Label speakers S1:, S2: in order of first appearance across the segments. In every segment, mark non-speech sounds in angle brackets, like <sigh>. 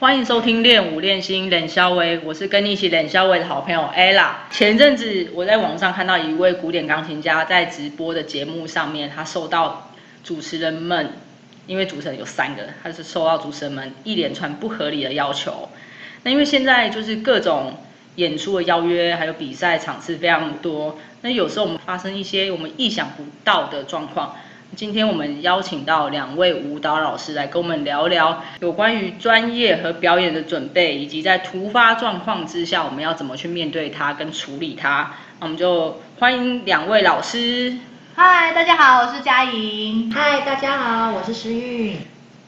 S1: 欢迎收听《练舞练心冷肖威》，我是跟你一起冷肖威的好朋友 Ella。前阵子我在网上看到一位古典钢琴家在直播的节目上面，他受到主持人们，因为主持人有三个，他是受到主持人们一连串不合理的要求。那因为现在就是各种演出的邀约，还有比赛场次非常多，那有时候我们发生一些我们意想不到的状况。今天我们邀请到两位舞蹈老师来跟我们聊聊有关于专业和表演的准备，以及在突发状况之下我们要怎么去面对它跟处理它。那我们就欢迎两位老师。
S2: 嗨，大家好，我是佳莹。
S3: 嗨，大家好，我是诗韵。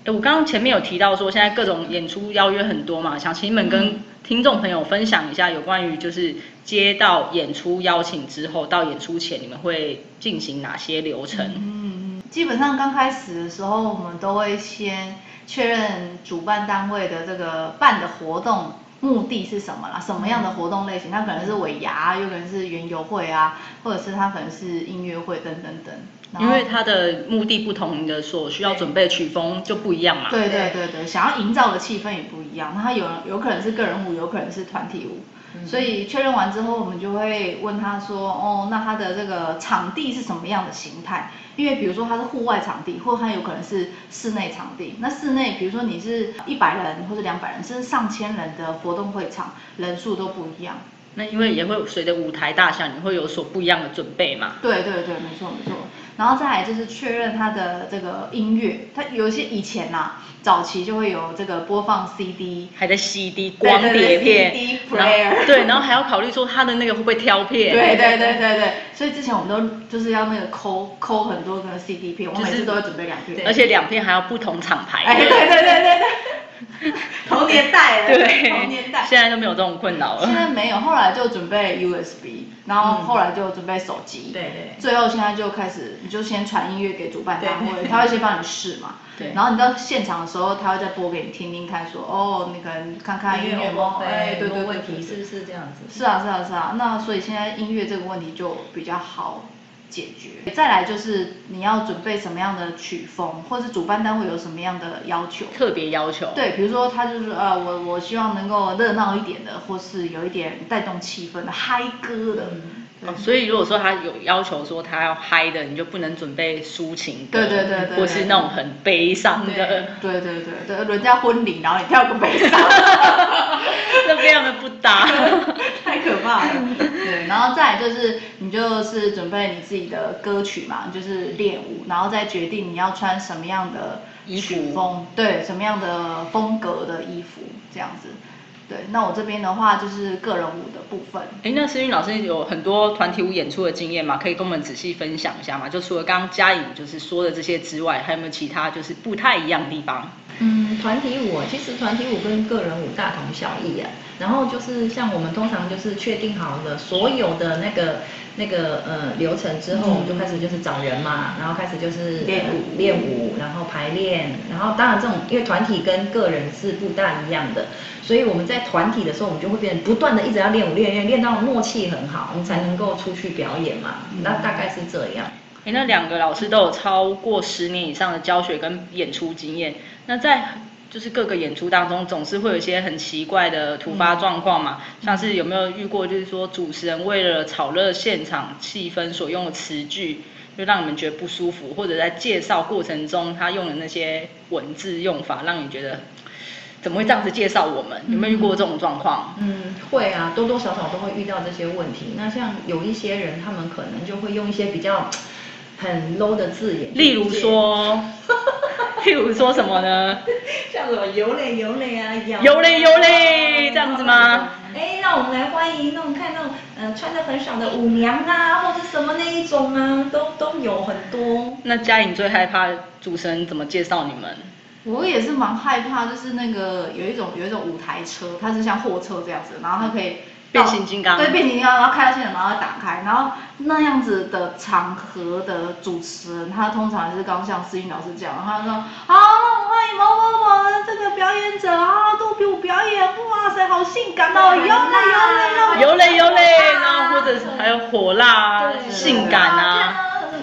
S1: 诶我刚刚前面有提到说，现在各种演出邀约很多嘛，想请你们跟听众朋友分享一下有关于就是接到演出邀请之后，到演出前你们会进行哪些流程？
S2: 嗯，基本上刚开始的时候，我们都会先确认主办单位的这个办的活动目的是什么啦，什么样的活动类型，它可能是尾牙啊，有可能是园游会啊，或者是它可能是音乐会等等等。然后
S1: 因为它的目的不同，你的所需要准备的曲风就不一样嘛。
S2: 对对对对，想要营造的气氛也不一样。那他有有可能是个人舞，有可能是团体舞。所以确认完之后，我们就会问他说：“哦，那他的这个场地是什么样的形态？因为比如说他是户外场地，或他有可能是室内场地。那室内，比如说你是一百人或者两百人，甚至上千人的活动会场，人数都不一样。
S1: 那因为也会随着舞台大小，你会有所不一样的准备嘛。
S2: 对对对，没错没错。然后再来就是确认他的这个音乐，他有一些以前呐、早期就会有这个播放 CD，
S1: 还在 CD
S2: 对
S1: 光
S2: 对
S1: 碟
S2: 对
S1: 片
S2: CD
S1: 然
S2: player
S1: 后对，然后还要考虑说它的那个会不会挑片，
S2: 对对对对对，所以之前我们都就是要那个抠抠很多个 CD 片，我
S1: 就
S2: 每
S1: 是
S2: 次都会准备两片。
S1: 而且两片还要不同厂牌，
S2: 哎，对对对对对，同年代了，
S1: 对
S2: 同年代。
S1: 现在都没有这种困扰
S2: 现
S1: 了。
S2: 在没有，后来就准备 USB，然后后来就准备手机，
S3: 对对
S2: 最后现在就开始，你就先传音乐给主办单
S3: 对
S2: 位，
S3: 对
S2: 他会先帮你试嘛，
S1: 对
S2: 然后你到现场的时候，他会再播给你听听看，说哦，你可能看看音乐有没有，哎，对对对，
S3: 问
S2: 对
S3: 题
S2: 对
S3: 是不是这样子？
S2: 是啊，是啊，是啊。那所以现在音乐这个问题就比较好解决。再来就是你要准备什么样的曲风，或是主办单位有什么样的要求。
S1: 特别要求，
S2: 对，比如说他就是呃，我我希望能够热闹一点的，或是有一点带动气氛的嗨歌的。对
S1: 哦所以如果说他有要求说他要嗨的，你就不能准备抒情歌，
S2: 对对对对
S1: 或是那种很悲伤的
S3: 对，
S2: 对对对对，人家婚礼，然后你跳个悲伤，
S1: <laughs> 那非常的不
S2: <laughs>
S1: 搭。
S2: 太可怕了。对，然后再来就是你就是准备你自己的歌曲嘛，你就是练舞，然后再决定你要穿什么样的
S1: 衣服
S2: 曲风，对，什么样的风格的衣服这样子。对，那我这边的话就是个人舞的部分。
S1: 哎，那思韵老师有很多团体舞演出的经验嘛，可以跟我们仔细分享一下嘛？就除了刚刚嘉颖就是说的这些之外，还有没有其他就是不太一样的地方？
S3: 嗯，团体舞其实团体舞跟个人舞大同小异啊。然后就是像我们通常就是确定好了所有的那个那个呃流程之后，我们就开始就是找人嘛，然后开始就是
S2: 嗯练舞
S3: 呃练舞，然后排练，然后当然这种因为团体跟个人是不大一样的，所以我们在团体的时候，我们就会变不断的一直要练舞练练练到默契很好，我们才能够出去表演嘛。
S2: 嗯
S3: 那大概是这样。
S1: 哎，那两个老师都有超过十年以上的教学跟演出经验，那在就是各个演出当中，总是会有一些很奇怪的突发状况嘛，像是有没有遇过，就是说主持人为了炒热现场气氛所用的词句，就让你们觉得不舒服，或者在介绍过程中他用的那些文字用法，让你觉得怎么会这样子介绍我们？有没有遇过这种状况？
S3: 嗯，会啊，多多少少都会遇到这些问题。那像有一些人，他们可能就会用一些比较很 low 的字眼，
S1: 例如，说， <laughs> 例如说什么呢？ <laughs>
S3: 像什么油嘞油嘞啊，摇啊
S1: 油嘞油嘞这样子吗？
S3: 哎，让我们来欢迎那种看那种嗯、呃穿的很少的舞娘啊，或者什么那一种啊，都都有很多。
S1: 那嘉颖最害怕主持人怎么介绍你们？
S3: 哦
S2: 我也是蛮害怕，就是那个有一种有一种舞台车，它是像货车这样子，然后它可以到
S1: 变形金刚
S2: 对，变形金刚，然后开到现场，然后打开，然后那样子的场合的主持人，他通常是刚像思韵老师讲，他说好，那我们欢迎某某某的这个表演者啊，都比我表演，哇塞，好性感哦，有嘞有嘞有
S1: 有嘞
S2: 嘞，
S1: 有嘞，然后或者是还有火辣啊、
S3: 啊对
S1: 性感啊，
S3: 啊，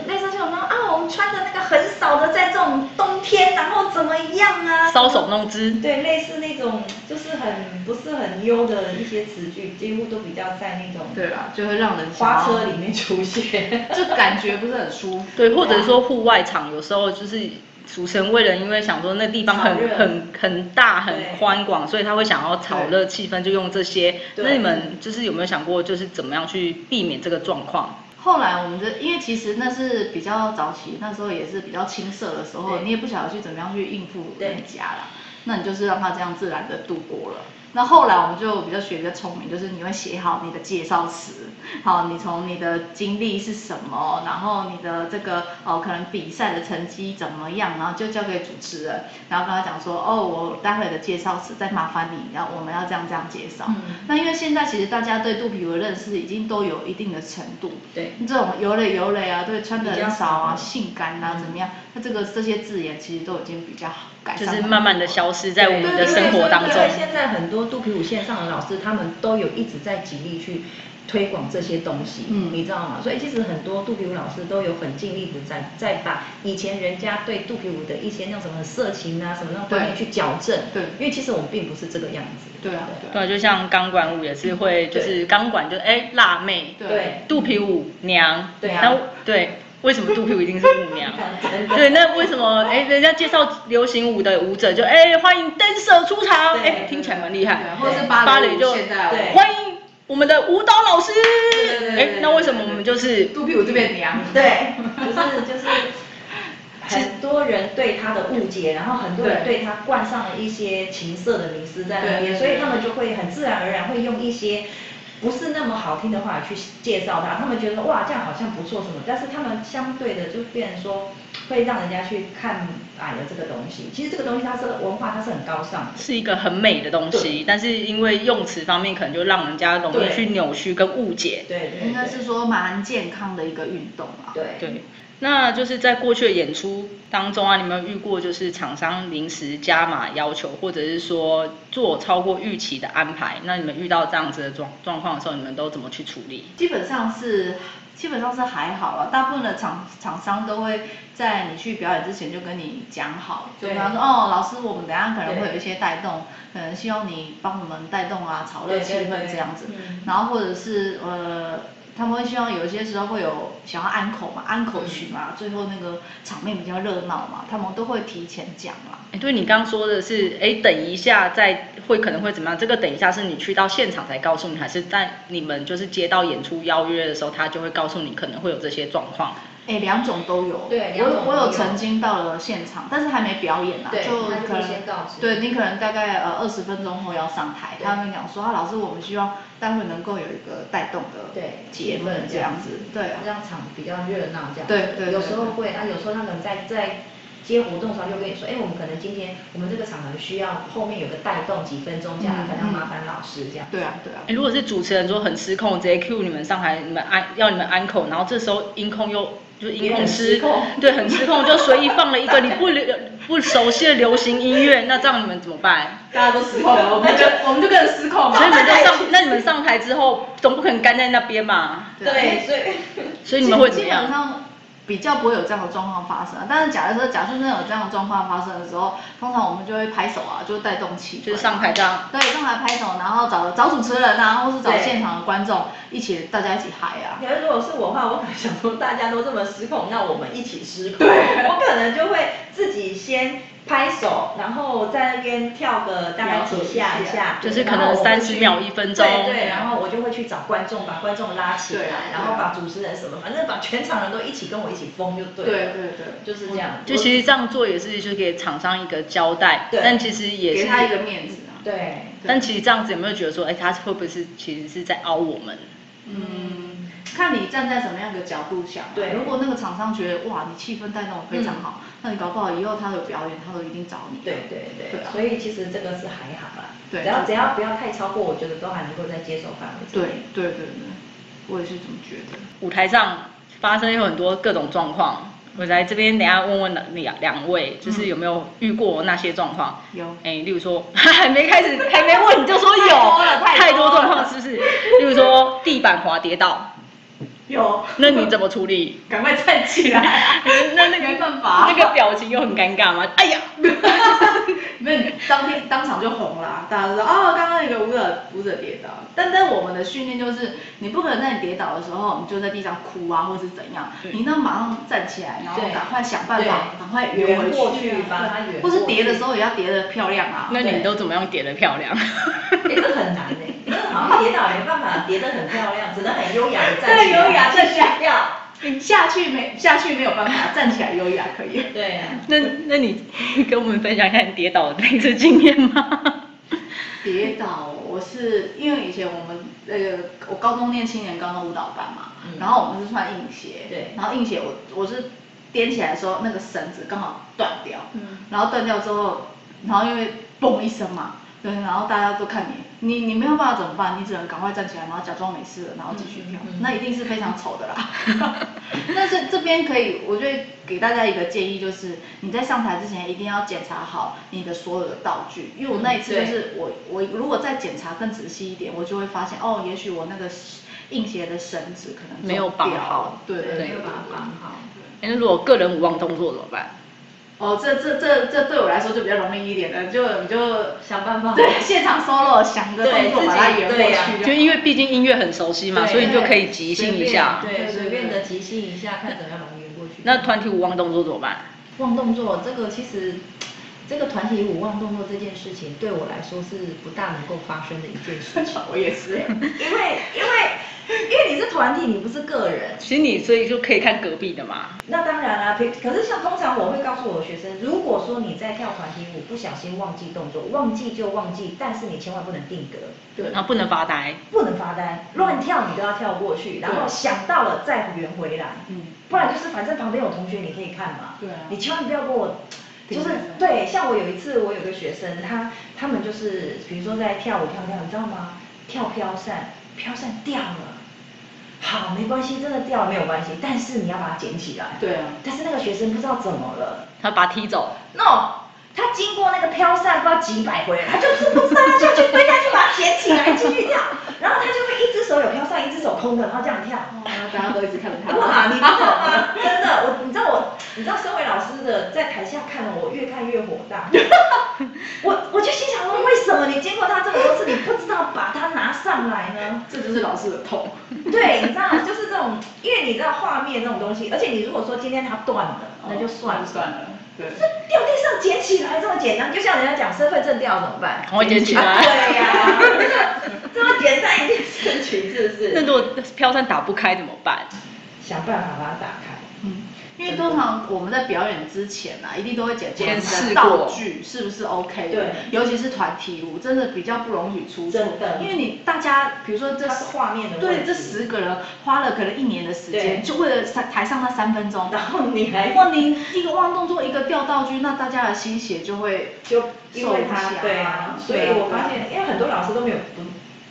S3: 类似这种啊，我们穿的那个很少的，在这种冬天，然后怎么样？样啊，
S1: 搔首弄姿。
S3: 对，类似那种就是很不是很优的一些词句，几乎都比较在那种
S2: 对啦，就会让人想要
S3: 花车里，面出
S2: <laughs>
S3: 现。
S2: 就感觉不是很舒服。
S1: 对，或者说户外场有时候就是主持人为了因为想说那地方很
S3: 炒热
S1: 很很大很
S3: 对
S1: 宽广，所以他会想要炒热气氛，就用这些。
S3: 对
S1: 那你们就是有没有想过，就是怎么样去避免这个状况？
S2: 后来我们就因为其实那是比较早期，那时候也是比较青涩的时候，
S3: 对
S2: 你也不晓得去怎么样去应付
S3: 对
S2: 人家啦，那你就是让他这样自然的度过了。那后来我们就比较学比较聪明，就是你会写好你的介绍词，好，你从你的经历是什么，然后你的这个哦可能比赛的成绩怎么样，然后就交给主持人，然后跟他讲说哦我待会的介绍词再麻烦你，然后我们要这样这样介绍。
S3: 嗯
S2: 那因为现在其实大家对肚皮的认识已经都有一定的程度，
S3: 对，
S2: 这种油嘞油嘞啊，对，穿的
S3: 比较
S2: 很少啊，
S3: 少
S2: 性感啊，
S3: 嗯
S2: 怎么样？那这个这些字眼其实都已经比较好改
S1: 就
S2: 善很
S1: 是
S2: 多，
S1: 慢慢的消失在我们的生活当
S3: 嗯对
S1: 中
S3: 对。对现在很多肚皮舞线上的老师，他们都有一直在极力去推广这些东西，
S2: 嗯
S3: 你知道吗？所以其实很多肚皮舞老师都有很尽力的在在把以前人家对肚皮舞的一些那种什么色情啊什么那种观念
S2: 对
S3: 去矫正，
S2: 对
S3: 因为其实我们并不是这个样子，
S2: 对啊对啊
S1: 对，就像钢管舞也是会，就是钢管就哎辣妹，
S2: 对
S3: 对
S1: 肚皮舞娘，
S3: 对啊
S1: 那对，为什么肚皮舞一定是舞
S3: <laughs>
S1: 娘？
S3: 真的
S1: 对，那为什么哎人家介绍流行舞的舞者就哎欢迎 dancer 出场，
S3: 对
S1: 哎
S3: 对
S1: 听起来蛮厉
S2: 对
S1: 害，
S2: 或者是
S1: 对
S2: 芭蕾舞
S1: 就
S2: 现在
S3: 对
S1: 欢迎我们的舞蹈老师
S3: 对对，对
S1: 哎
S3: 对
S1: 那为什么我们就是
S2: 肚皮舞这边娘，
S3: 对，就是就是很多人对他的误解，然后很多人
S2: 对
S3: 对他冠上了一些情色的迷思在那
S2: 对对
S3: 边，所以
S2: 对
S3: 他们就会很自然而然会用一些。不是那么好听的话去介绍他，他们觉得哇这样好像不错什么，但是他们相对的就变成说会让人家去看矮了这个东西。其实这个东西它是文化，它是很高尚的。
S1: 是一个很美的东西，但是因为用词方面可能就让人家容易
S3: 对
S1: 去扭曲跟误解。
S3: 对对对，
S2: 应该是说蛮健康的一个运动啊。
S3: 对
S1: 对，那就是在过去的演出当中啊，你有没有遇过就是厂商临时加码要求，或者是说做超过预期的安排？那你们遇到这样子的状状况的时候，你们都怎么去处理？
S2: 基本上是基本上是还好了，大部分的厂厂商都会在你去表演之前就跟你讲好，就
S3: 对
S2: 比方说哦，老师，我们等一下可能
S3: 对
S2: 会有一些带动，可能希望你帮我们带动啊，炒热
S3: 对对
S2: 气氛
S3: 对
S2: 这样子
S3: 嗯，
S2: 然后或者是呃。他们会希望有些时候会有想要安口嘛，安口曲嘛，最后那个场面比较热闹嘛，他们都会提前讲啦。
S1: 哎，对你刚刚说的是，哎，等一下再会可能会怎么样？这个等一下是你去到现场才告诉你，还是在你们就是接到演出邀约的时候，他就会告诉你可能会有这些状况？
S2: 哎，两种都有。
S3: 对
S2: 我
S3: 两
S2: 有
S3: 种
S2: 我
S3: 都
S2: 有
S3: 有
S2: 曾经到了现场，但是还没表演啊，
S3: 对
S2: 就
S3: 他就
S2: 可
S3: 会
S2: 能
S3: 先告知
S2: 对你可能大概呃二十分钟后要上台，
S3: 对
S2: 他们讲说啊老师，我们希望待会能够有一个带动的
S3: 对
S2: 节目这样子，对啊，
S3: 让场比较热闹这样。
S2: 对对对
S3: 有时候会，啊那有时候他可能在在接活动的时候就跟你说，哎，我们可能今天我们这个场合需要后面有个带动几分钟这样
S2: 嗯，
S3: 可能要麻烦老师这样。
S2: 对啊对啊，
S1: 哎，如果是主持人说很失控，直接 cue 你们上台，你们安要你们安口，然后这时候音控又就音控
S3: 也很
S1: 师
S3: 失控
S1: 对很失控，就随意放了一个你不流不熟悉的流行音乐，那这样你们怎么办？
S2: 大家都失控了，我们就 <laughs> 我们就跟着失控嘛
S1: 所以你们就上，那你们上台之后总不可能干在那边嘛，
S3: 对，所以
S1: 所以你们嗯会怎
S2: 基
S1: 么
S2: 本
S1: 样？
S2: 上比较不会有这样的状况发生、啊。但是假如说，假设真的有这样的状况发生的时候，通常我们就会拍手啊，就带动气氛啊，
S1: 就是上台这样
S2: 对，上台拍手，然后找找主持人啊，或是找
S3: 对
S2: 现场的观众一起，大家一起嗨啊。
S3: 你要如果是我的话，我可能想说大家都这么失控，那我们一起失控。我可能就会自己先拍手，然后在那边跳个大概几下
S2: 了解
S3: 一
S2: 一
S3: 下，
S1: 就是可
S3: 然后
S1: 能
S3: 我会去
S1: 30秒1分钟
S3: 对对，然后我就会去找观众，把观众拉起来
S2: 对啊，
S3: 然后把主持人什么，反正把全场人都一起跟我一起疯就对了。
S2: 对对对
S3: 就是这样。
S1: 就其实这样做也是就给厂商一个交代，
S3: 对
S1: 但其实也
S2: 给
S1: 是，
S2: 他一个面子啊。
S3: 对，
S1: 但其实这样子有没有觉得说，哎，他会不会是其实是在凹我们？
S2: 嗯，看你站在什么样的角度想啊、
S3: 对
S2: 如果那个厂商觉得哇，你气氛带动得非常好，
S1: 嗯
S2: 那你搞不好以后他有表演，他都一定找你。
S3: 对对对，
S2: 对啊
S3: 所以其实这个是还好啦，
S2: 对
S3: 只要只要不要太超过，我觉得都还能够在接受范围之
S2: 对
S3: 内。
S2: 对对对，我也是这么觉得。
S1: 舞台上发生有很多各种状况，我来这边等一下问问两两位，就是有没有遇过那些状况？
S2: 有
S1: 哎、例如说 <laughs> 还没开始，还没问你就说有，
S2: 太多了太多了
S1: 太多状况是不是？例如说地板滑跌倒，
S2: 有，
S1: 那你怎么处理？？
S2: 赶快站
S3: <laughs>
S2: 起来
S3: 欸
S1: 那那个
S2: 没办法啊
S1: 那个表情又很尴尬吗？哎呀，
S2: 没有，当天当场就红了，大家都说哦，刚刚有个舞者舞者跌倒。但但我们的训练就是，你不可能在你跌倒的时候，你就在地上哭啊，或是怎样，
S1: 对
S2: 你一定要马上站起来，然后
S3: 对
S2: 赶快想办法，
S3: 对
S2: 赶快圆回
S3: 圆过去
S2: 去啊，
S3: 把它
S2: 对
S3: 圆
S2: 或是
S3: 过
S2: 叠的
S3: 去
S2: 时候也要叠的漂亮啊。
S1: 那你
S3: 对
S1: 都怎么样叠的漂亮？
S3: 哎，这很难哎，因为好像跌倒没办法跌得很漂亮，只能很优雅的站
S2: 对
S3: 起来，啊
S2: 优雅站起来
S3: 继续跳。
S2: 下去没下去没有办法，站起来优雅可以。 <laughs>
S3: 对啊，
S1: 那那你跟我们分享一下你跌倒的那一次经验吗？
S2: 跌倒，我是因为以前我们那个我高中念青年高中舞蹈班嘛，
S3: 嗯
S2: 然后我们是穿硬鞋，
S3: 对
S2: 然后硬鞋我我是踮起来的时候那个绳子刚好断掉，
S3: 嗯，
S2: 然后断掉之后，然后因为嘣一声嘛，对，然后大家都看你，你你没有办法怎么办？你只能赶快站起来，然后假装没事了，然后继续跳，
S3: 嗯嗯嗯
S2: 那一定是非常丑的啦。 <laughs> 那这这边可以，我觉得给大家一个建议，就是你在上台之前一定要检查好你的所有的道具，因为我那一次就是我、我如果再检查更仔细一点，我就会发现哦，也许我那个硬鞋的绳子可能
S1: 没有
S2: 就
S1: 绑
S2: 掉了
S1: 好
S2: 对对
S1: 对
S2: 对
S3: 没有把它绑好。
S1: <laughs> 哎那如果个人无望动作怎么办？
S2: 哦，这这这这对我来说就比较容易一点了，就你就
S3: 想办法
S2: 对，现场 solo 想个动作
S3: 对
S2: 把它
S3: 自己
S2: 圆过
S3: 对呀
S2: 去
S1: 就
S2: 就好。
S1: 因为毕竟音乐很熟悉嘛，
S3: 对
S1: 所以你就可以即兴一下。
S3: 对，随便的
S2: 对对对
S3: 即兴一下，看怎么样把它圆过去。
S1: 那团体无望动作怎么办？
S3: 忘动作这个其实，这个团体舞忘动作这件事情对我来说是不大能够发生的一件事 <laughs> 情，
S2: 我也是，
S3: 因为因为因为你是团体，你不是个人。
S1: 其实你所以就可以看隔壁的嘛。
S3: 那当然啦、平可是像通常我会告诉我的学生，如果说你在跳团体舞不小心忘记动作，忘记就忘记，但是你千万不能定格，
S2: 对
S1: 然后不能发呆。
S3: 不能发呆，乱跳你都要跳过去，然后
S2: 对
S3: 想到了再圆回来。
S2: 嗯，
S3: 不然就是反正旁边有同学你可以看嘛，
S2: 对啊
S3: 你千万不要跟我，就
S2: 对
S3: 是对，像我有一次我有个学生，他他们就是比如说在跳舞跳跳，你知道吗？跳飘扇，飘扇掉了，好没关系，真的掉了没有关系，但是你要把它捡起来。
S2: 对啊
S3: 但是那个学生不知道怎么了
S1: 他把他踢走，
S3: ，no。他经过那个飘扇，不知道几百回了，他就是不知道，他就去推下去把它捡起来继续跳，然后他就会一只手有飘扇，一只手空的，然后这样跳。
S2: 哦大家都一直看着他。
S3: 哇，你知道吗？ <laughs> 真的，我你知道我，你知道身为老师的在台下看了我越看越火
S2: <laughs>
S3: 大，我我就心想说，为什么你见过他这么多次，你不知道把他拿上来呢？
S2: 这就是老师的痛。
S3: 对，你知道，就是这种，因为你知道画面这种东西，而且你如果说今天他断了，那就算了，
S2: 哦就算了。对，
S3: 这掉地上捡起来这么简单，就像人家讲身份证掉了怎么办？啊
S1: 赶快捡起来
S3: 对呀、这么简单一件事情，是不
S1: 那
S2: <laughs>
S3: 是？
S1: 如果飘扇打不开怎么办？
S3: 想办法把它打开。
S2: 嗯，因为通常我们在表演之前啊，一定都会检查
S1: 先
S2: 你
S1: 试
S2: 的
S1: 过
S2: 道具是不是 OK 的
S3: 对
S2: 尤其是团体舞，真的比较不容许出错
S3: 真的，
S2: 因为你大家比如说这
S3: 它是画面的问
S2: 对，
S3: 题
S2: 这十个人花了可能一年的时
S3: 对
S2: 间，就为了三台上那三分钟，
S3: 然后你还
S2: 如果您一个忘动作，一个掉道具，那大家的心血就会
S3: 就因为
S2: 受
S3: 他
S2: 不了
S3: 对啊，所以
S2: 对啊
S3: 我发现，因为很多老师都没有不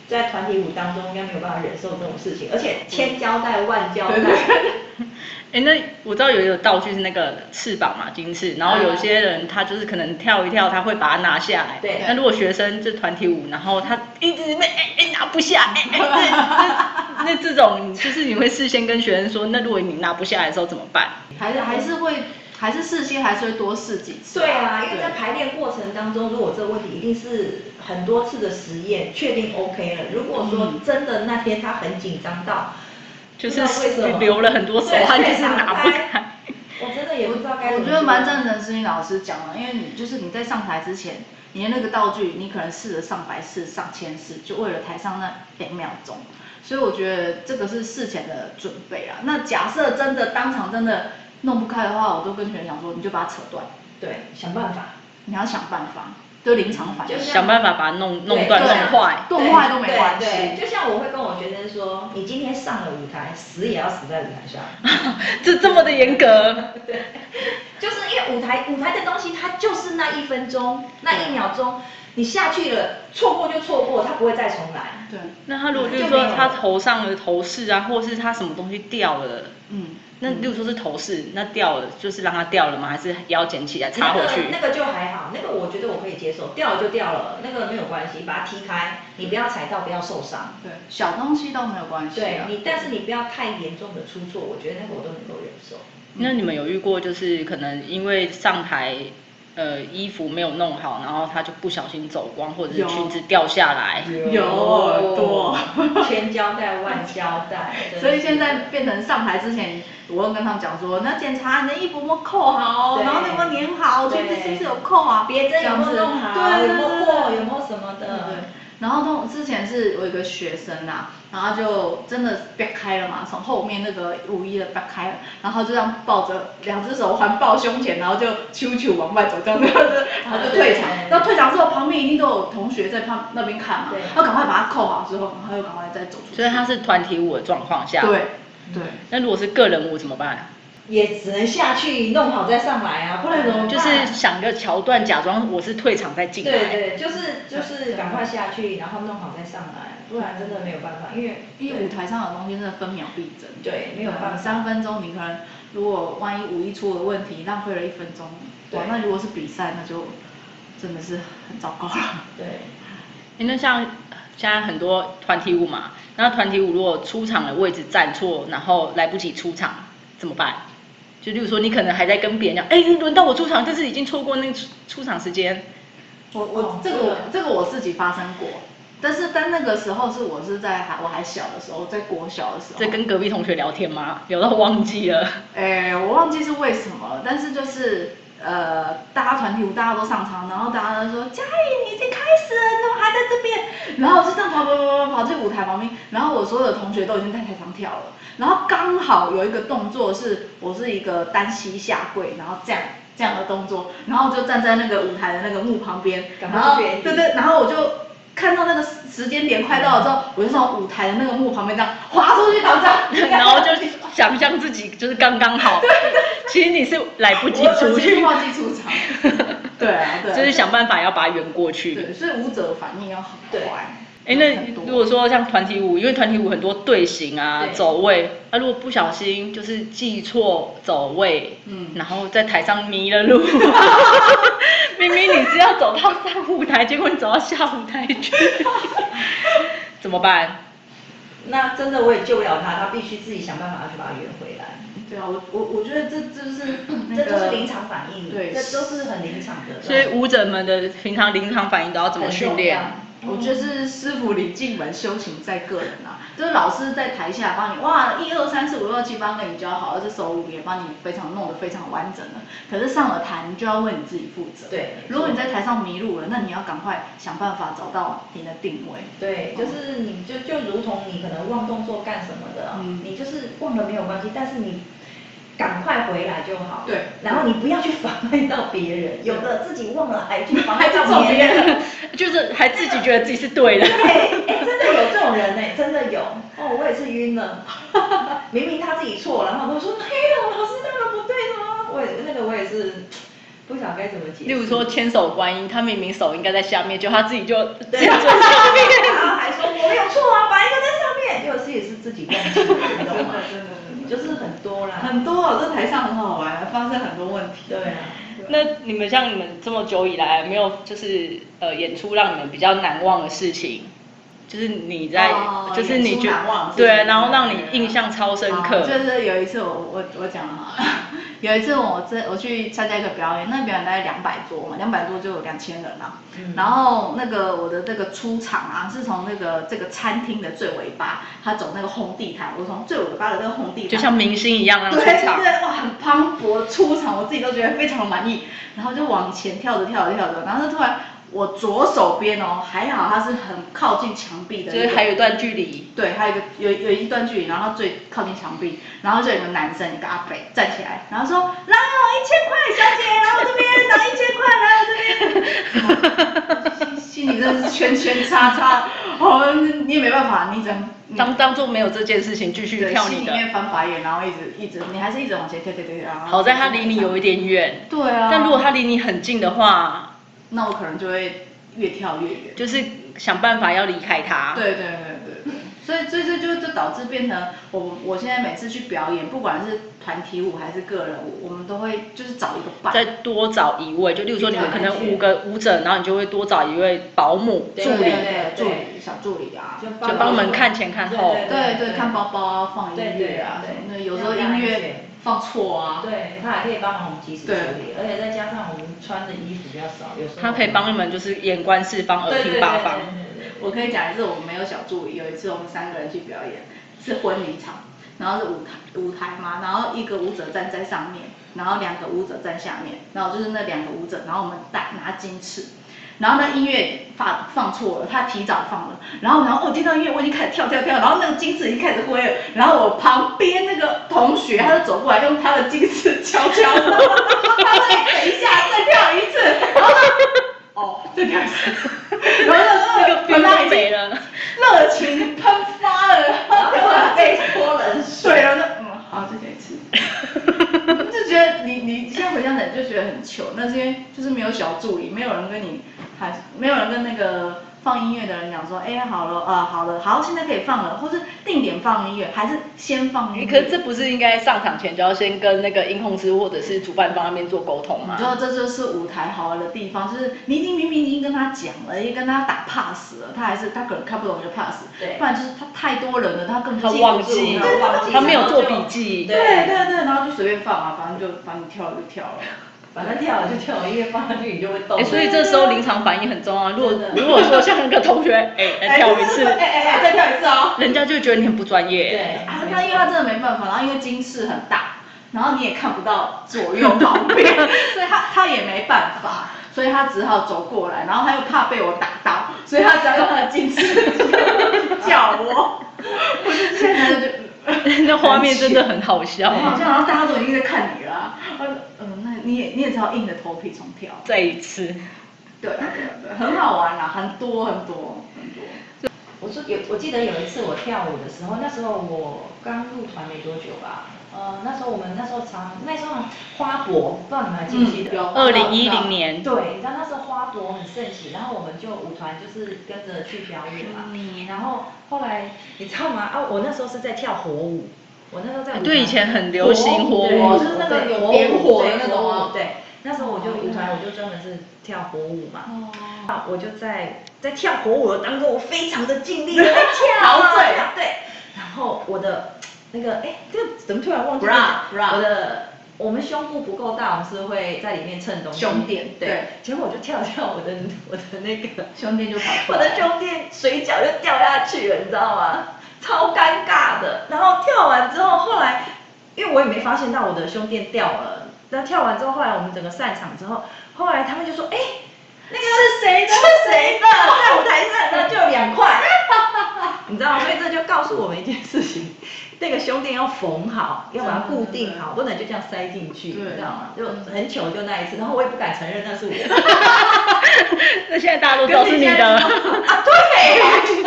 S3: 在团体舞当中应该没有办法忍受这种事情，而且千交代万交代，
S1: 哎，那我知道有一个道具是那个翅膀嘛，金翅。然后有些人他就是可能跳一跳，他会把它拿下来。
S3: 对
S1: 那如果学生就团体舞，然后他一直那哎哎拿不下，
S3: <laughs>
S1: 哎哎那那那这种就是你会事先跟学生说，那如果你拿不下来的时候怎么办？
S2: 还是还是会还是事先还是会多试几次、
S3: 对啊，因为在
S2: 对
S3: 排练过程当中，如果这个问题一定是很多次的实验，确定 OK 了。如果说
S2: 嗯
S3: 真的那天他很紧张到，
S1: 就是
S3: 不知道为什么
S1: 流了很多手
S3: 对
S1: 汗，就是拿不
S3: 对
S1: 开。
S3: 我真的也不知道该
S2: 我
S3: 怎么
S2: 觉得蛮
S3: 做
S2: 赞成思颖老师讲的，因为你就是你在上台之前，你的那个道具，你可能试了上百次、上千次，就为了台上那两秒钟。所以我觉得这个是事前的准备啦。那假设真的当场真的弄不开的话，我都跟学员讲说，你就把它扯断，
S3: 对，想办法。
S2: 你要想办法，就临场反应。
S3: 就是
S1: 想办法把它弄弄断、
S2: 对
S1: 弄坏。
S2: 动
S3: 对
S2: 画都没
S3: 对
S2: 关系
S3: 对就像我会跟我学生说，你今天上了舞台，死也要死在舞台上。
S1: 这这么的严格，
S3: 对，就是因为舞台舞台的东西，它就是那一分钟、那一秒钟，你下去了，错过就错过，它不会再重来。
S2: 对，
S1: 那他如果就
S3: 就是没有
S1: 说
S3: 了
S1: 他头上的头饰啊，或是他什么东西掉了，
S2: 嗯，
S1: 那例如说是头饰，那掉了就是让它掉了吗？还是腰捡起来插
S3: 那
S1: 回
S3: 个
S1: 去？
S3: 那个就还好，那个我觉得我可以接受，掉了就掉了，那个没有关系，把它踢开，你不要踩到，不要受伤。
S2: 对，小东西都没有关系
S3: 对
S2: 啊。
S3: 你，但是你不要太严重的出错，我觉得那个我都能够忍受。
S1: 那你们有遇过就是可能因为上台，呃，衣服没有弄好，然后他就不小心走光，或者是
S2: 有
S1: 裙子掉下来，
S2: 有多
S3: 千交代万交代，真的是
S2: 所以现在变成上台之前，我会跟他们讲说，你要检查你的衣服有没有扣好，
S3: 对
S2: 然后你有没有粘好，
S3: 对
S2: 裙子是不是有扣啊好，
S3: 别针有没有弄好，
S2: 这样子
S3: 啊有没
S2: 对
S3: 有破，
S2: 对对对
S3: 有嗯没有什么的，
S2: 对，然后都之前是我有一个学生呐、然后就真的掰开了嘛，从后面那个五一的掰开了，然后就这样抱着两只手环抱胸前，然后就啾啾往外走，这样子，
S3: 啊
S2: 然后就退场。然后退场之后，旁边一定都有同学在旁那边看嘛
S3: 对，
S2: 要赶快把它扣好之后，然后又赶快再走出去。
S1: 所以他是团体舞的状况下。
S2: 对对，
S1: 那如果是个人舞怎么办？啊
S3: 也只能下去弄好再上来啊，不然怎么办？
S1: 就是想个桥段，假装我是退场再进来。
S3: 对对，就是就是赶快下去，然后弄好再上来，不然真的没有办法，因为
S2: 因为舞台上的东西真的分秒必争。啊
S3: 对没有办法
S2: 你三分钟你可能如果万一五一出了问题，浪费了一分钟，啊
S3: 对
S2: 哇，那如果是比赛，那就真的是很糟糕了。
S3: 对
S1: 诶那像现在很多团体舞嘛，那团体舞如果出场的位置站错，然后来不及出场怎么办？就例如说，你可能还在跟别人讲，哎、轮到我出场，但是已经错过那个出出场时间。
S2: <laughs> 我
S3: 哦
S2: 我这个
S3: 这
S2: 我
S3: 个
S2: 这个我自己发生过，但是但那个时候是我是在还我还小的时候，在国小的时候，
S1: 在跟隔壁同学聊天吗？聊到忘记了。
S2: 哎，我忘记是为什么了，但是就是呃，大家团体舞大家都上场，然后大家都说佳颖你已经开始了，你怎么还在这边？然后我就这样跑跑跑跑跑去舞台旁边，然后我所有的同学都已经在台上跳了，然后刚好有一个动作是我是一个单膝下跪，然后这样。这样的动作，然后就站在那个舞台的那个幕旁边，
S3: 赶快
S2: 然后
S3: 去原地
S2: 对对，然后我就看到那个时间点快到了之后，我就从舞台的那个幕旁边这样滑出去，然后这样，
S1: 然后就想象自己就是刚刚好，其实你是来不及出
S2: 我已经
S1: 去，
S2: 忘记出 <laughs> 场。对啊，对啊，
S1: 就是想办法要把它圆过去。
S2: 对，所以舞者反应要很快。
S1: 哎，
S2: 很多
S1: 那如果说像团体舞，因为团体舞很多队形啊、
S3: 对
S1: 走位，啊，如果不小心就是记错走位，嗯
S2: 嗯，
S1: 然后在台上迷了路， <laughs> 明明你是要走到上舞台，结果你走到下舞台去， <laughs> 怎么办？
S3: 那真的我也救不了他，他必须自己想办法去把它圆回来。
S2: 对啊，我我我觉得这就是那
S3: 这
S2: 个
S3: 都是临场反应，
S2: 对
S3: 这都是很临场的。
S1: 所以舞者们的平常临场反应都要怎么
S3: 很
S1: 训
S3: 重
S1: 练
S3: 要？
S2: 我觉得是师傅领进门，修行在个人啊。就是老师在台下帮你，哇，一二三四五六七八给你教好，而且手舞也帮你非常弄得非常完整了。可是上了台，你就要为你自己负责。
S3: 嗯对
S2: 如果你在台上迷路了，那你要赶快想办法找到你的定位。
S1: 哦
S3: 对，就是你就就如同你可能忘动作干什么的，
S2: 嗯
S3: 你就是忘了没有关系，但是你赶快回来就好。
S2: 对
S3: 然后你不要去妨碍到别人，有的自己忘了还去妨碍
S2: 还
S3: 到别人。
S1: <laughs>
S2: 人，
S1: 就是还自己觉得自己是对的。 <laughs>
S3: 对，哎，真的有这种人呢、哎真的有。哦，我也是晕
S1: <laughs>
S3: 了，明明他自己错，然后他说，嘿，老师那个不对吗？我也那个我也是不晓得该怎么解释。
S1: 例如说千手观音，他明明手应该在下面，就他自己就
S3: 对，然后还说我没有错啊，把一个在上面，结果自己是自己忘记了，你懂吗？
S2: 真的真的
S3: 就是很多啦，
S2: 很多哦，这台上很好玩，发生很多问题。
S3: 对啊，
S1: 那你们像你们这么久以来，没有就是呃演出让你们比较难忘的事情，就是你在、
S2: 哦
S1: 就是你
S2: 演
S1: 觉
S2: 出难忘
S1: 对
S2: 是不是，
S1: 然后让你印象超深刻
S2: 啊。就是有一次我我我讲啊， <laughs> 有一次我这我去参加一个表演，那表演大概两百桌嘛，两百桌就有两千人啦、
S3: 嗯
S2: 然后那个我的那个出场啊，是从那个这个餐厅的最尾巴，他走那个红地毯，我从最尾巴的那个红地毯，
S1: 就像明星一样让出
S2: <laughs> 对对
S1: 场，
S2: 对，哇，很磅礴出场，我自己都觉得非常满意。然后就往前跳着跳着跳着，然后就突然我左手边哦，还好它是很靠近墙壁的
S1: 就
S2: 一个，
S1: 是还有一段距离。
S2: 对，还有一个有有一段距离，然后最靠近墙壁，然后就有一个男生，一个阿北站起来，然后说来哦，一千块，小姐，来我这边拿一千块，来
S1: <laughs>
S2: 我这边。哇心心里真的是圈圈叉叉，哦，你也没办法，你只能你
S1: 当当做没有这件事情，继续
S2: 嗯对
S1: 跳
S2: 心
S1: 你
S2: 里
S1: 的。
S2: 面翻白眼，然后一直一直，你还是一直往前跳跳跳跳。然后
S1: 好在他离你有一点远，
S2: 对啊，
S1: 但如果他离你很近的话，
S2: 那我可能就会越跳越远。
S1: 就是想办法要离开他。
S2: 啊对对对对对，所以所以这就就导致变成我我现在每次去表演，不管是团体舞还是个人舞，我们都会就是找一个伴，
S1: 再多找一位，就例如说你们可能五个舞者，然后你就会多找一位保姆助
S3: 对
S2: 对
S1: 理，
S3: 对
S2: 对助理小助理啊，
S3: 就
S1: 就帮忙看前看后
S3: 对
S2: 对对，看包包啊，放音乐啊
S3: 对对
S2: 什么的，
S3: 对
S2: 有时候
S3: 要搭
S2: 音
S3: 配
S2: 乐放错啊，
S3: 对，他还可以帮忙我们及时处
S2: 对
S3: 理，而且再加上我们穿的衣服比较少，有时候
S1: 他可以帮你们就是眼观四方，耳
S3: 对
S1: 听八方。
S2: 我可以讲一次，我们没有小助理，有一次我们三个人去表演，是婚礼场，然后是舞台舞台嘛，然后一个舞者站在上面，然后两个舞者站下面，然后就是那两个舞者，然后我们带拿金翅。然后那音乐放放错了，他提早放了，然后然后我哦听到音乐，我已经开始跳跳跳，然后那个金翅已经开始挥了，然后我旁边那个同学他就走过来，用他的金翅敲敲我，他 <laughs> 说你等一下再跳一次，然后他哦再跳一次， <laughs> 然后那
S1: 那
S2: 个
S1: 个
S2: 本
S1: 兵
S2: 来
S1: 都
S2: 已经
S1: 没了，
S2: 热情喷发了，
S3: 然后又被泼冷水，
S2: 对，然后就嗯，好，再讲
S1: <laughs>
S2: 一次。就觉得你你现在回想起来就觉得很糗，那是因为就是没有小助理，没有人跟你还没有人跟那个放音乐的人讲说，哎，好了啊、好了，好，现在可以放了，或是定点放音乐，还是先放音乐。
S1: 可是这不是应该上场前就要先跟那个音控师或者是主办方那边做沟通
S2: 你
S1: 吗
S2: 知？道这就是舞台好玩的地方，就是你已经明明已经跟他讲了，也跟他打 pass 了，他还是他可能看不懂就 pass，
S3: 对
S2: 不然就是他太多人了，他根本
S1: 他
S2: 记不
S1: 忘
S2: 住
S1: 记
S2: 他忘记，
S1: 他没有做笔
S2: 然后就
S1: 记
S2: 对对对，然后就随便放啊，反正就反正跳了就跳了。
S3: 反正跳了就跳了，音乐放上去你就会动
S1: 哎、
S3: 了。
S1: 所以这时候临场反应很重要。如果
S3: 真的
S1: 如果说像那个同学，哎、 <laughs> 来跳一次
S2: 哎，哎哎，再跳一次哦。
S1: 人家就觉得你很不专业。
S3: 对，
S2: 啊，那因为他真的没办法，然后因为金饰很大，然后你也看不到左右旁边， <laughs> 所以他他也没办法，所以他只好走过来，然后他又怕被我打到，所以他只要用他的金饰叫我， <laughs> 我就现在就。
S1: <laughs> 那画面真的很好笑
S2: 好。像然后大家都已经在看你了啊，我说嗯，那你也你也只好硬着头皮重跳，
S1: 再一次，
S2: 对啊对啊对啊，很好玩啦，很多很多很多，
S3: 我说有，我记得有一次我跳舞的时候，那时候我刚入团没多久吧，呃，那时候我们那时候常那时候花博，不知道你们还记不记得？
S2: 嗯有
S1: 二零一零年，
S3: 对，你知道那时候花博很盛行，然后我们就舞团就是跟着去表演嘛。
S1: 嗯
S3: 然后后来你知道吗？啊，我那时候是在跳火舞，我那时候在舞团
S1: 哎对以前很流行火
S3: 对
S1: 舞，哦
S3: 就是那个
S2: 对
S3: 火舞
S2: 点火的
S3: 对
S2: 那种啊
S3: 火舞对，那时候我就舞团，我就专门是跳火舞嘛。
S2: 哦，
S3: 啊，我就在在跳火舞的当中，我非常的尽力的在 <laughs> 跳
S2: 陶
S3: 啊，
S2: 醉
S3: 跳对，然后我的那个哎，这个怎么突然忘记
S2: Bra，
S3: 了
S2: bra
S3: 我的我们胸部不够大，我们是会在里面蹭东西，
S2: 胸垫对
S3: 对，结果我就跳一跳我的我的那个
S2: 兄弟就跑出
S3: 我
S2: 来
S3: 的胸垫水饺就掉下去了，你知道吗？超尴尬的。然后跳完之后，后来因为我也没发现到我的胸垫掉了，那跳完之后，后来我们整个散场之后，后来他们就说，哎、那个是谁的？是谁的？在舞台上，然后就有两块， <laughs> 你知道吗？所以这就告诉我们一件事情。那个胸垫要缝好，要把它固定好，不能就这样塞进去，你
S2: 对
S3: 知道吗？就很糗，就那一次，然后我也不敢承认那是我的。
S1: 那现在大家都知道是你的，
S3: 啊，对，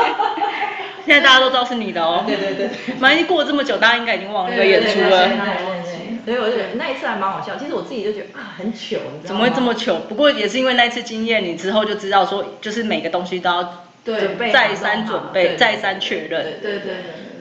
S1: 现在大家都知道是你的哦。
S3: 对对对对。
S1: 反正过了这么久，大家应该已经忘了那个
S2: 对
S1: 演
S2: 对
S1: 出啊
S2: 对对对
S1: 了，
S3: 所
S2: 对
S3: 以我就觉得那一次还蛮好笑。其实我自己就觉得啊，很糗，你知
S1: 怎
S3: 道吗？
S1: 么会这么糗？不过也是因为那次经验，你之后就知道说，就是每个东西都要
S2: 对
S3: 准备
S1: 再三准备，
S3: 对
S1: 再三确认。
S2: 对对对对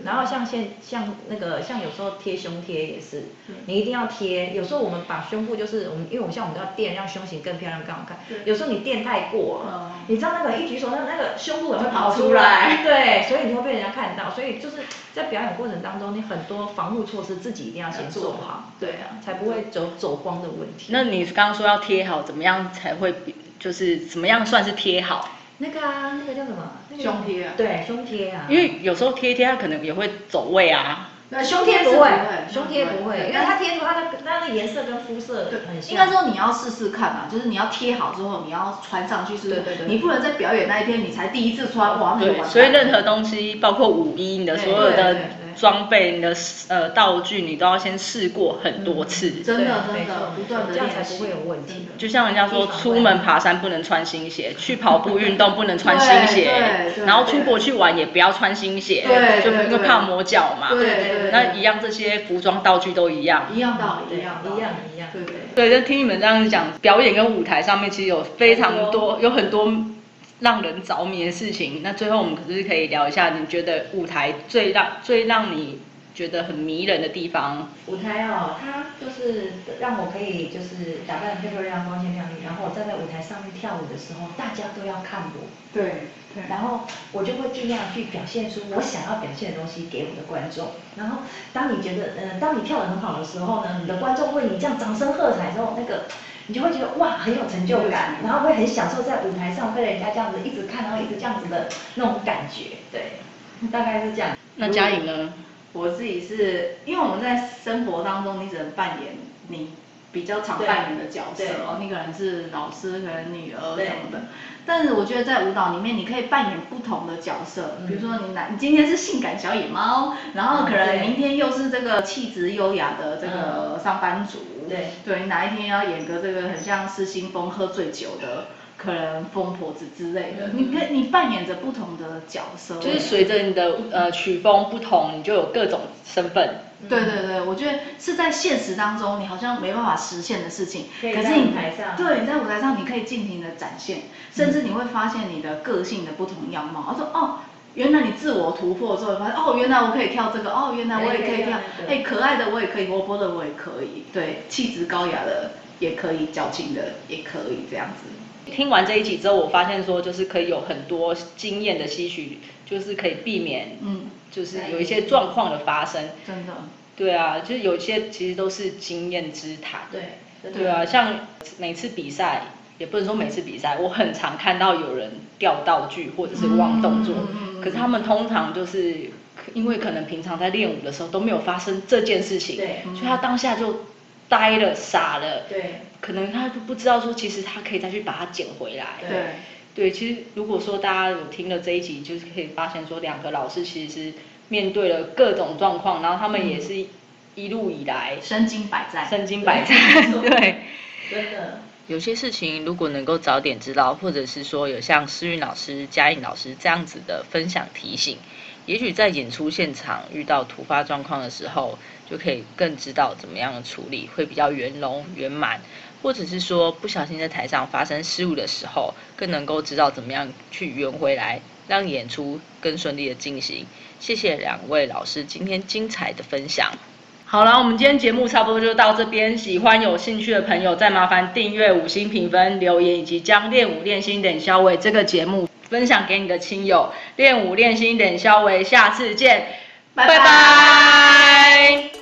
S3: 然后像现像那个像有时候贴胸贴也是
S2: 嗯，
S3: 你一定要贴。有时候我们把胸部就是我们，因为我们像我们都要垫，让胸型更漂亮更好看
S2: 对。
S3: 有时候你垫太过
S2: 嗯
S3: 了，你知道那个一举手，那那个胸部也会
S2: 就跑
S3: 跑
S2: 出
S3: 出
S2: 来
S3: 来，对，所以你会被人家看到。所以就是在表演过程当中，你很多防护措施自己一定要先做好，
S2: 对
S1: 嗯
S2: 啊，
S3: 才不会走走光的问题。
S1: 那你刚刚说要贴好，怎么样才会比，就是怎么样算是贴好？
S3: 那个啊，那个叫什么？那个叫
S2: 胸贴啊
S3: 对，胸贴啊。
S1: 因为有时候贴一贴，它可能也会走位啊。
S2: 那
S3: 胸贴不会，胸贴不会，因为它贴出它的它的颜色跟肤色
S2: 对
S3: 很，像。
S2: 应该说你要试试看啊，就是你要贴好之后，你要穿上去，是不是？
S3: 对对对
S2: 你不能在表演那一天你才第一次穿，哇，那就完
S1: 对，
S2: 蛋
S1: 所以任何东西，包括舞衣，你的所有
S2: 对对
S1: 的
S2: 对
S1: 装备、你的呃道具，你都要先试过很多次。
S2: 嗯真的
S3: 对
S2: 真的
S3: 没错
S2: 不断的
S3: 这样
S2: 练
S3: 才
S2: 习，
S3: 不会有问题
S2: 真的
S1: 就像人家说，出门爬山不能穿新
S2: <laughs>
S1: 鞋，去跑步运动不能穿新鞋
S2: 对对，对
S1: 然后出国去玩也不要穿新鞋
S2: 对，
S1: 就
S2: 对
S1: 因为
S2: 对
S1: 怕磨脚嘛。
S2: 对对对，
S1: 那一样，这些服装道具都一样。
S2: 一样道理，
S3: 对
S2: 一样道理
S3: 一样一样
S2: 对对。
S1: 对，就听你们这样子讲，表演跟舞台上面其实有非常多，有很多让人着迷的事情。那最后我们可是可以聊一下，你觉得舞台最让最让你觉得很迷人的地方？
S3: 舞台哦，它就是让我可以就是打扮得漂漂亮亮、光鲜亮丽，然后我站在舞台上面跳舞的时候，大家都要看我，
S2: 对对，
S3: 然后我就会尽量去表现出我想要表现的东西给我的观众。然后当你觉得，嗯、当你跳得很好的时候呢，你的观众为你这样掌声喝彩之后，那个你就会觉得哇很有成就感，然后会很享受在舞台上被人家这样子一直看，然后一直这样子的那种感觉，对，大概是这样。
S1: 那嘉颖呢？
S2: 我自己是因为我们在生活当中，你只能扮演你比较常
S3: 对
S2: 扮演的角色
S3: 对
S2: 哦，你可能是老师，可能女儿
S3: 对
S2: 什么的。但是我觉得在舞蹈里面，你可以扮演不同的角色，
S3: 嗯
S2: 比如说你哪，你今天是性感小野猫，然后
S3: 嗯
S2: 可能
S3: 对嗯
S2: 明天又是这个气质优雅的这个上班族，
S3: 对
S2: 对，你哪一天要演个这个很像失心疯喝醉酒的。可能疯婆子之类
S3: 嗯
S2: 的，你可以你扮演着不同的角色，
S1: 就是随着你的呃曲风不同，你就有各种身份。
S3: 嗯
S2: 对对对，我觉得是在现实当中你好像没办法实现的事情，
S3: 可以
S2: 是
S3: 在
S2: 你
S3: 舞台上
S2: 对，你在舞台上你可以尽情的展现，甚至你会发现你的个性的不同样貌。他说哦。原来你自我突破之后，你发现哦，原来我可以跳这个，哦，原来我也可以跳，
S3: 对可以
S2: 哎，可爱的我也可以，活泼的我也可以，对，气质高雅的也可以，矫情的也可以，这样子，
S1: 听完这一集之后，我发现说就是可以有很多经验的吸取，就是可以避免
S2: 嗯，
S1: 就是有一些状况的发生。
S2: 真的，
S1: 对啊，就是有一些其实都是经验之谈。
S3: 对对
S1: 对啊，像每次比赛，也不能说每次比赛，我很常看到有人掉道具或者是忘动作，
S2: 嗯嗯嗯嗯嗯
S1: 可是他们通常就是因为可能平常在练舞的时候都没有发生这件事情，
S3: 对
S1: 所以他当下就呆了、傻了，
S3: 对
S1: 可能他就不知道说其实他可以再去把它捡回来。
S3: 对
S2: 对，
S1: 对，其实如果说大家有听了这一集，就是可以发现说，两个老师其实是面对了各种状况，然后他们也是一路以来
S2: 身经百战，
S1: 身经百
S2: <laughs>
S1: 战，对。
S3: 真的。
S1: 有些事情如果能够早点知道，或者是说有像思韵老师、嘉颖老师这样子的分享提醒，也许在演出现场遇到突发状况的时候，就可以更知道怎么样的处理会比较圆融圆满，或者是说不小心在台上发生失误的时候，更能够知道怎么样去圆回来，让演出更顺利的进行。谢谢两位老师今天精彩的分享。好了，我们今天节目差不多就到这边。喜欢有兴趣的朋友，再麻烦订阅、五星评分、留言，以及将练舞、练心、等消维这个节目分享给你的亲友。练舞、练心、等消维，下次见，
S2: 拜
S1: 拜拜